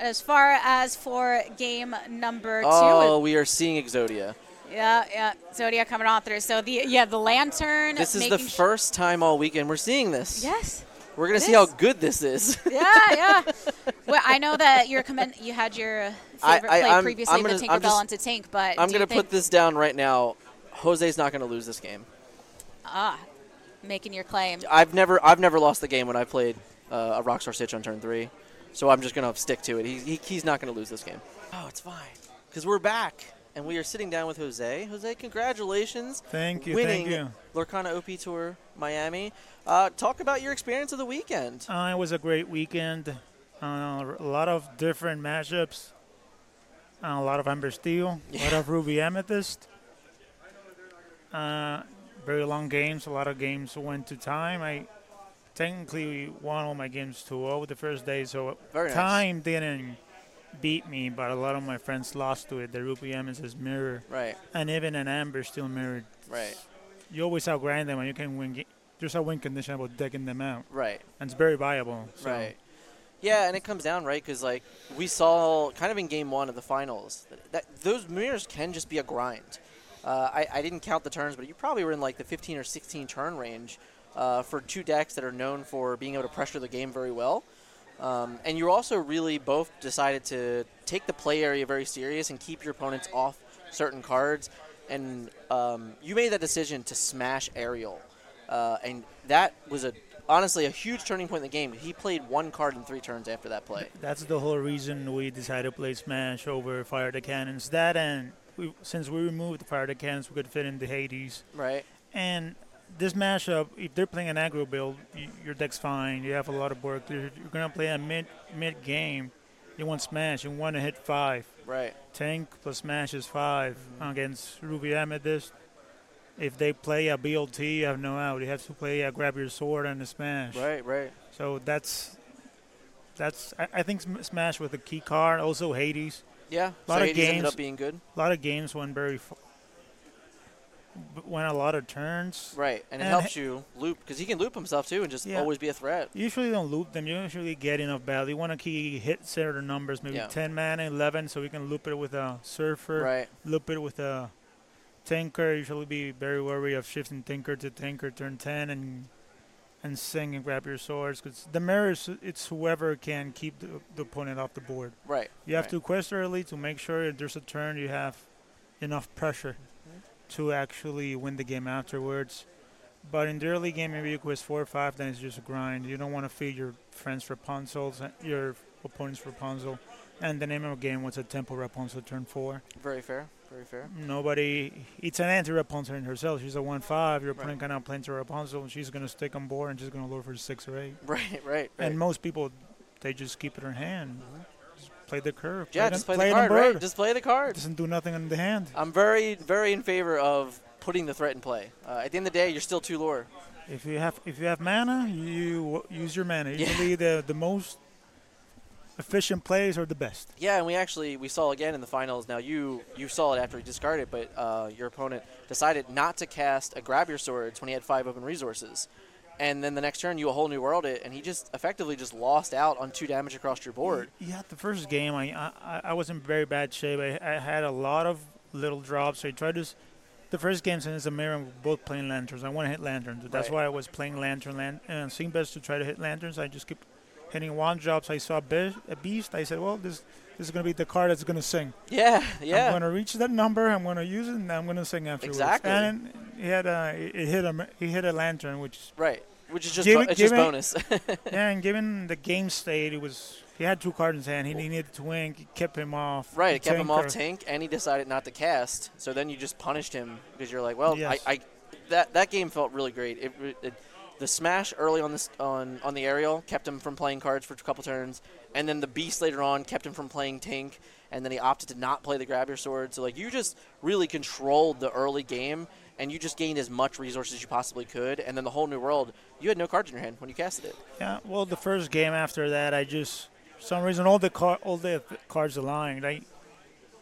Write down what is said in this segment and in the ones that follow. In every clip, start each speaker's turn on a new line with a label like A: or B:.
A: As far as for game number two,
B: Oh, we are seeing Exodia.
A: yeah, yeah, Zodiac coming on through. So the yeah, the lantern.
B: This is the
A: making sh-
B: first time all weekend we're seeing this.
A: yes.
B: We're gonna
A: it
B: see how
A: is.
B: good this is.
A: Yeah, yeah. well, I know that your comment. You had your
B: I-
A: favorite
B: I-
A: play
B: I'm-
A: previously,
B: I'm gonna-
A: the
B: I'm
A: Tinkerbell
B: just-
A: onto Tink, but
B: I'm
A: do you
B: gonna put
A: think-
B: this down right now. Jose's not gonna lose this game.
A: ah making your claim.
B: I've never I've never lost the game when I played uh, a Rockstar Stitch on turn three, so I'm just gonna stick to it. He, he, he's not gonna lose this game. Oh, it's fine, because we're back and we are sitting down with Jose. Jose, congratulations!
C: Thank you,
B: winning
C: thank you.
B: Lorcana OP Tour Miami. Uh, talk about your experience of the weekend.
C: Uh, it was a great weekend. Uh, a lot of different matchups. Uh, a lot of Amber Steel, a lot of Ruby Amethyst. Uh, very long games. A lot of games went to time. I technically won all my games 2-0 the first day, so
B: Very nice.
C: time didn't beat me, but a lot of my friends lost to it. The Ruby Amethyst mirror,
B: Right,
C: and even an Amber Steel mirror.
B: right,
C: You always outgrind them, and you can win. Ga- there's a win condition about decking them out,
B: right.
C: and it's very viable. So.
B: Right. Yeah, and it comes down right because like we saw kind of in game one of the finals that, that those mirrors can just be a grind. Uh, I, I didn't count the turns, but you probably were in like the 15 or 16 turn range uh, for two decks that are known for being able to pressure the game very well. Um, and you also really both decided to take the play area very serious and keep your opponents off certain cards. And um, you made that decision to smash Ariel, uh, and that was a honestly a huge turning point in the game. He played one card in three turns after that play.
C: That's the whole reason we decided to play Smash over Fire the Cannons. That and we, since we removed Fire the Cannons, we could fit in the Hades.
B: Right.
C: And this mashup, if they're playing an aggro build, y your deck's fine. You have a lot of work. You're, you're gonna play a mid mid game. You want Smash. You want to hit five.
B: Right.
C: Tank plus Smash is 5 against Ruby Amethyst. If they play a BLT, you have no out. You have to play a grab your sword and a Smash.
B: Right. Right.
C: So that's that's I, I think Sm- Smash with the key card. Also Hades.
B: Yeah.
C: Lot
B: so
C: of
B: Hades ended
C: games-
B: up being good.
C: A lot of games went very f- went a lot of turns.
B: Right, and it
C: And
B: helps you loop because he can loop himself too and just
C: Yeah.
B: always be a threat.
C: You usually don't loop them. You usually get enough battle. You want to key hit certain numbers, maybe
B: Yeah.
C: 10 mana, 11, so we can loop it with a surfer.
B: Right.
C: Loop it with a tanker. Usually be very wary of shifting tinker to tinker turn 10 and and sing and grab your swords. Because the mirror is it's whoever can keep the, the opponent off the board.
B: Right.
C: You have
B: right.
C: to quest early to make sure if there's a turn you have enough pressure to actually win the game afterwards. But in the early game, maybe you quest four or five, then it's just a grind. You don't want to feed your friends Rapunzel's, your opponent's Rapunzel. And the name of the game was a Temple Rapunzel turn four.
B: Very fair. Very fair.
C: Nobody, it's an anti Rapunzel in herself. She's a 1 5. Your opponent
B: Right.
C: cannot play into Rapunzel, and she's going to stick on board and she's going to lure for six or eight.
B: Right. Right. right.
C: And most people, they just keep it in hand. Just play the curve.
B: yeah,
C: it
B: just
C: on-
B: play, the
C: it on
B: card. Right.
C: board.
B: Just play the card.
C: doesn't do nothing on the hand.
B: I'm very, very in favor of putting the threat in play. Uh, at the end of the day, you're still two lore.
C: If you have if you have mana, you use your mana.
B: Yeah.
C: Usually the the most efficient plays are the best.
B: Yeah, and we actually we saw again in the finals. Now you you saw it after he discarded, it, but uh, your opponent decided not to cast a grab your swords when he had five open resources, and then the next turn you a whole new world it, and he just effectively just lost out on two damage across your board.
C: Yeah, the first game I I, I was in very bad shape. I, I had a lot of little drops. I tried to. s- The first game since the mirror, we're both playing lanterns. I want to hit lanterns. That's
B: Right.
C: why I was playing lantern lan- and seeing best to try to hit lanterns. I just keep hitting one drops. I saw a, be- a beast. I said, well, this this is gonna be the card that's gonna sing.
B: Yeah,
C: I'm
B: yeah,
C: gonna reach that number. I'm gonna use it, and I'm gonna sing afterwards.
B: Exactly.
C: And he had a it hit a he hit a lantern, which
B: right. Which is just
C: Give
B: bo-
C: it-
B: it's just
C: give it-
B: bonus.
C: yeah, and given the game state, it was he had two cards in his hand. He needed to win. It kept him off.
B: Right, it kept him off
C: Tinker.
B: tank, and he decided not to cast. So then you just punished him because you're like, well,
C: Yes.
B: I, I, that that game felt really great. It, it, the smash early on this on on the aerial kept him from playing cards for a couple turns, and then the beast later on kept him from playing tank, and then he opted to not play the grab your sword. So like you just really controlled the early game, and you just gained as much resources as you possibly could, and then the whole new world, you had no cards in your hand when you casted it.
C: Yeah. Well, the first game after that, I just for some reason all the car all the cards aligned. I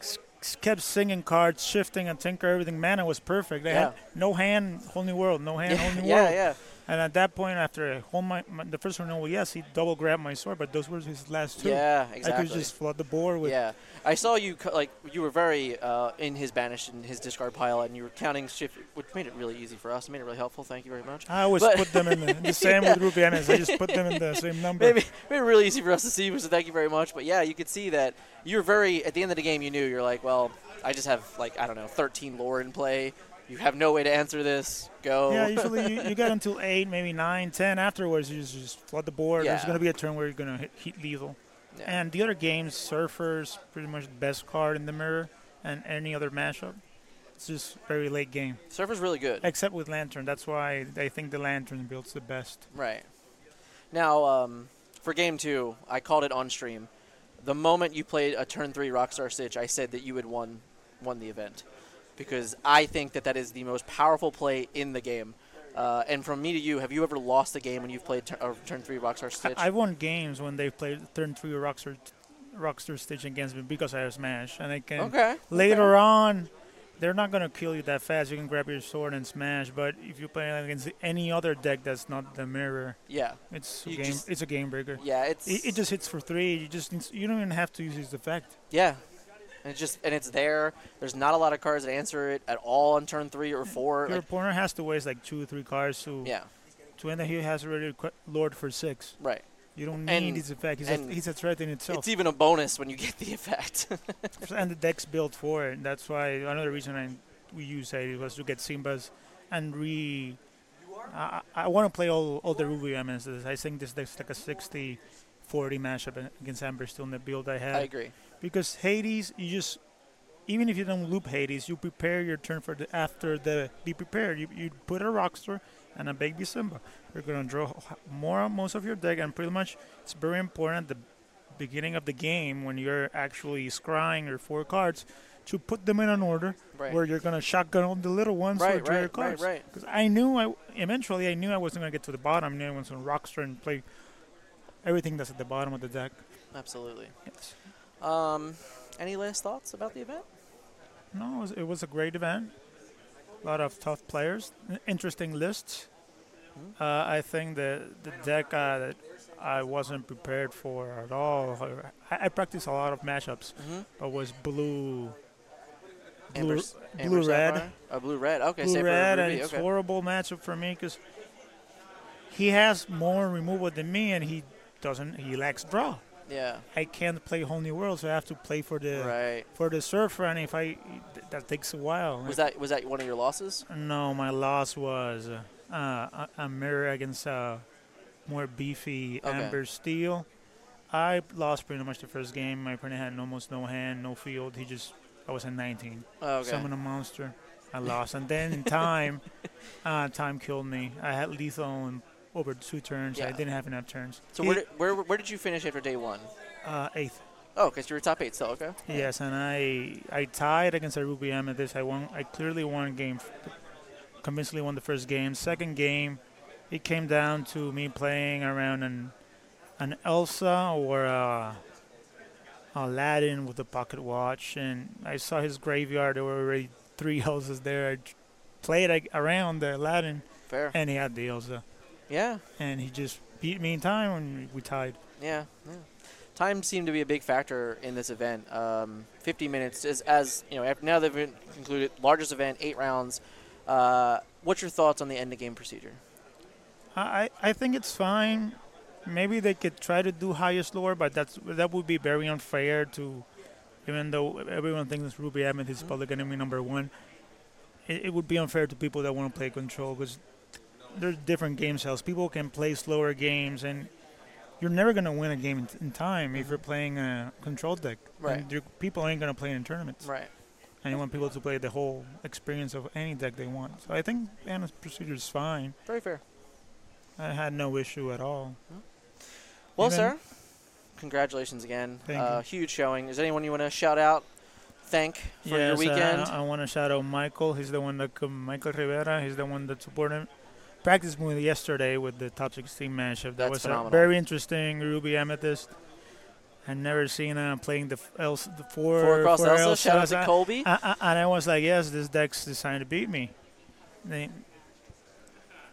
C: s- s- kept singing cards, shifting and tinker everything. Mana was perfect. I
B: Yeah.
C: had no hand, whole new world. No hand,
B: yeah,
C: whole new
B: yeah,
C: world.
B: yeah.
C: And at that point, after I hold my, my the first renewal, yes, he double grabbed my sword, but those were his last two.
B: Yeah,
C: I
B: exactly.
C: could just flood the board with.
B: yeah, I saw you cu- like you were very uh, in his banish and his discard pile, and you were counting shift, which made it really easy for us. It made it really helpful. Thank you very much.
C: I always
B: But-
C: put them in the, the same with Rubianis. I just put them in the same number.
B: Maybe made it really easy for us to see. So thank you very much. But yeah, you could see that you were very at the end of the game. You knew you're like, well, I just have like I don't know, 13 lore in play. You have no way to answer this. Go.
C: Yeah, usually you, you got until eight, maybe nine, ten. Afterwards, you just, just flood the board. There's
B: Yeah.
C: going to be a turn where you're going to hit, hit lethal.
B: Yeah.
C: And the other games, Surfer's pretty much the best card in the mirror, and any other mashup. It's just very late game,
B: Surfer's really good.
C: except with Lantern. That's why I think the Lantern build's the best.
B: Right. Now, um, for game two, I called it on stream. The moment you played a turn three Rockstar Stitch, I said that you had won, won the event. Because I think that that is the most powerful play in the game. Uh, and from me to you, have you ever lost a game when you've played tur- uh, turn three Rockstar Stitch?
C: I won games when they played turn three Rockstar, Rockstar Stitch against me because I was smash, and I can
B: okay.
C: Later on, they're not gonna kill you that fast. You can grab your sword and smash. But if you play against any other deck that's not the mirror,
B: Yeah.
C: it's a
B: You
C: game.
B: just-
C: it's a game breaker.
B: Yeah. It's
C: It, it just hits for three. You just need- you don't even have to use his effect.
B: yeah. And it's just and it's there. There's not a lot of cards that answer it at all on turn three or four.
C: Your
B: Like,
C: opponent has to waste like two or three cards to
B: yeah.
C: to end. that He has already qu- Lord for six.
B: Right.
C: You don't need
B: And-
C: his effect. He's,
B: and
C: a, he's a threat in itself,
B: It's even a bonus when you get the effect.
C: and the deck's built for it. That's why another reason I we use it was to get Simba's and re I, I want to play all, all the Ruby MSs. I think this deck's like a 60 40 matchup against Amber still in the build I had.
B: I agree.
C: Because Hades, you just, even if you don't loop Hades, you prepare your turn for the after the be prepared. You, you put a Rockstar and a Baby Simba. You're going to draw h- more most of your deck, and pretty much it's very important at the beginning of the game when you're actually scrying your four cards to put them in an order
B: Right.
C: where you're going to shotgun all the little ones
B: Right,
C: or draw
B: right,
C: your
B: right,
C: cards.
B: right.
C: Because I knew I eventually I knew I wasn't gonna get to the bottom. I knew I was gonna rockstar and play everything that's at the bottom of the deck.
B: Absolutely.
C: Yes.
B: Um, any last thoughts about the event?
C: No, it was, it was a great event. A lot of tough players, n- interesting lists.
B: Hmm?
C: Uh, I think the the deck uh, that I wasn't prepared for at all. I, I practice a lot of mashups,
B: Mhm.
C: but was blue,
B: Amber,
C: blue,
B: s- Amber
C: blue red.
B: Sapphire? Oh, blue red. Okay,
C: blue
B: same
C: red,
B: for
C: and
B: Ruby.
C: it's
B: okay.
C: horrible matchup for me because he has more removal than me, and he doesn't. He lacks draw.
B: Yeah.
C: I can't play whole new world, so I have to play for the
B: Right.
C: for the surfer, and if I that takes a while.
B: Was that was that one of your losses?
C: no, my loss was uh, a, a mirror against a more beefy
B: Okay.
C: Amber Steel. I lost pretty much the first game. My opponent had almost no hand, no field. He just I was in 19
B: Oh, okay.
C: summon a monster. I lost, and then in time, uh, time killed me. I had lethal in over two turns. I
B: Yeah.
C: didn't have enough turns.
B: so
C: He-
B: where, did, where where did you finish after day one?
C: uh, eighth,
B: Oh, because you were top eight still. Okay.
C: yes, and I I tied against a Ruby Amethyst. I won. I clearly won game, convincingly won the first game. Second game, it came down to me playing around an an Elsa or a Aladdin with a pocket watch, and I saw his graveyard. There were already three houses there. I t- played like, around the Aladdin,
B: Fair.
C: and he had the Elsa,
B: Yeah.
C: and he just beat me in time, and we tied.
B: Yeah. yeah. Time seemed to be a big factor in this event. Um, 50 minutes is as you know. af- Now they've been concluded largest event, eight rounds. Uh, what's your thoughts on the end of game procedure?
C: I I I think it's fine. Maybe they could try to do highest lower, but that's that would be very unfair to, even though everyone thinks Ruby Amethyst is probably going to be number one. It, it would be unfair to people that want to play control because there's different game styles. People can play slower games, and you're never going to win a game in, in time if you're playing a control deck.
B: Right.
C: And your- people ain't going to play in tournaments,
B: Right.
C: and you want people to play the whole experience of any deck they want. So I think Anna's procedure is fine.
B: Very fair.
C: I had no issue at all.
B: Well,
C: Even-
B: sir, congratulations again.
C: Thank
B: uh,
C: you.
B: Huge showing. Is anyone you want to shout out, thank for your
C: Yes, uh,
B: weekend?
C: I, want to shout out Michael. He's the one that come, Michael Rivera. He's the one that supported practice movie yesterday with the top 16 matchup. That
B: That's
C: was
B: phenomenal.
C: a very interesting Ruby Amethyst. I never seen uh, playing the f- else the four
B: Four across
C: four
B: Elsa. Shout out
C: Elsas.
B: to Colby.
C: I, I, and I was like, yes, this deck's designed to beat me. They,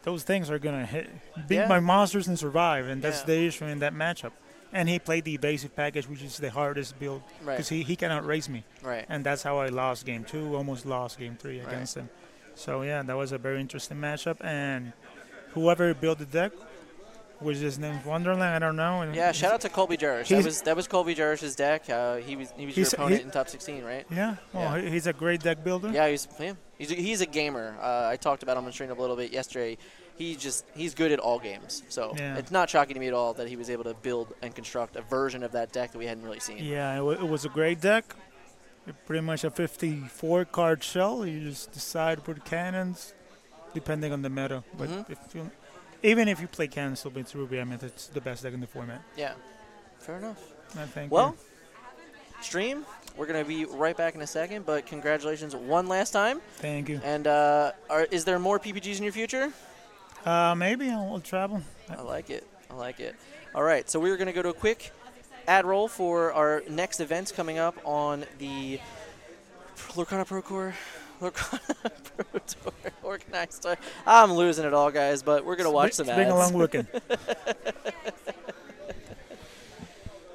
C: those things are gonna hit, beat
B: Yeah.
C: my monsters and survive, and that's
B: Yeah.
C: the issue in that matchup. And he played the basic package, which is the hardest build,
B: Right.
C: because he, he cannot raise me,
B: Right.
C: and that's how I lost game two, almost lost game three
B: Right.
C: against him. So yeah, that was a very interesting matchup, and whoever built the deck, which his name's Wonderland, I don't know. and
B: Yeah, shout out to Colby Jurish. That
C: He's-
B: was that was Colby Jurish's deck. Uh, he was he was your
C: He's-
B: opponent
C: he- Mm-hmm.
B: in top 16, right?
C: Yeah, well,
B: Yeah.
C: he- he's a great deck builder.
B: Yeah, he's yeah, he's a, he's a gamer. Uh, I talked about him on stream a little bit yesterday. He just he's good at all games. So
C: Yeah.
B: it's not shocking to me at all that he was able to build and construct a version of that deck that we hadn't really seen.
C: Yeah, it, w- it was a great deck. Pretty much a 54 card shell. You just decide with cannons, depending on the meta. But
B: Mhm.
C: if you, even if you play cannons, still beats Ruby. I mean, it's the best deck in the format.
B: Yeah. Fair enough.
C: I think.
B: Well, stream. We're gonna be right back in a second, but congratulations one last time.
C: thank you.
B: And uh, are, is there more PPGs in your future?
C: Uh, maybe I'll, I'll travel.
B: I like it. I like it. All right, so we're going to go to a quick ad roll for our next events coming up on the Lurkana Pro Tour. Lurkana Pro Tour organized. tour. I'm losing it all, guys, but we're going to watch
C: It's
B: some
C: been a long
B: ads.
C: weekend.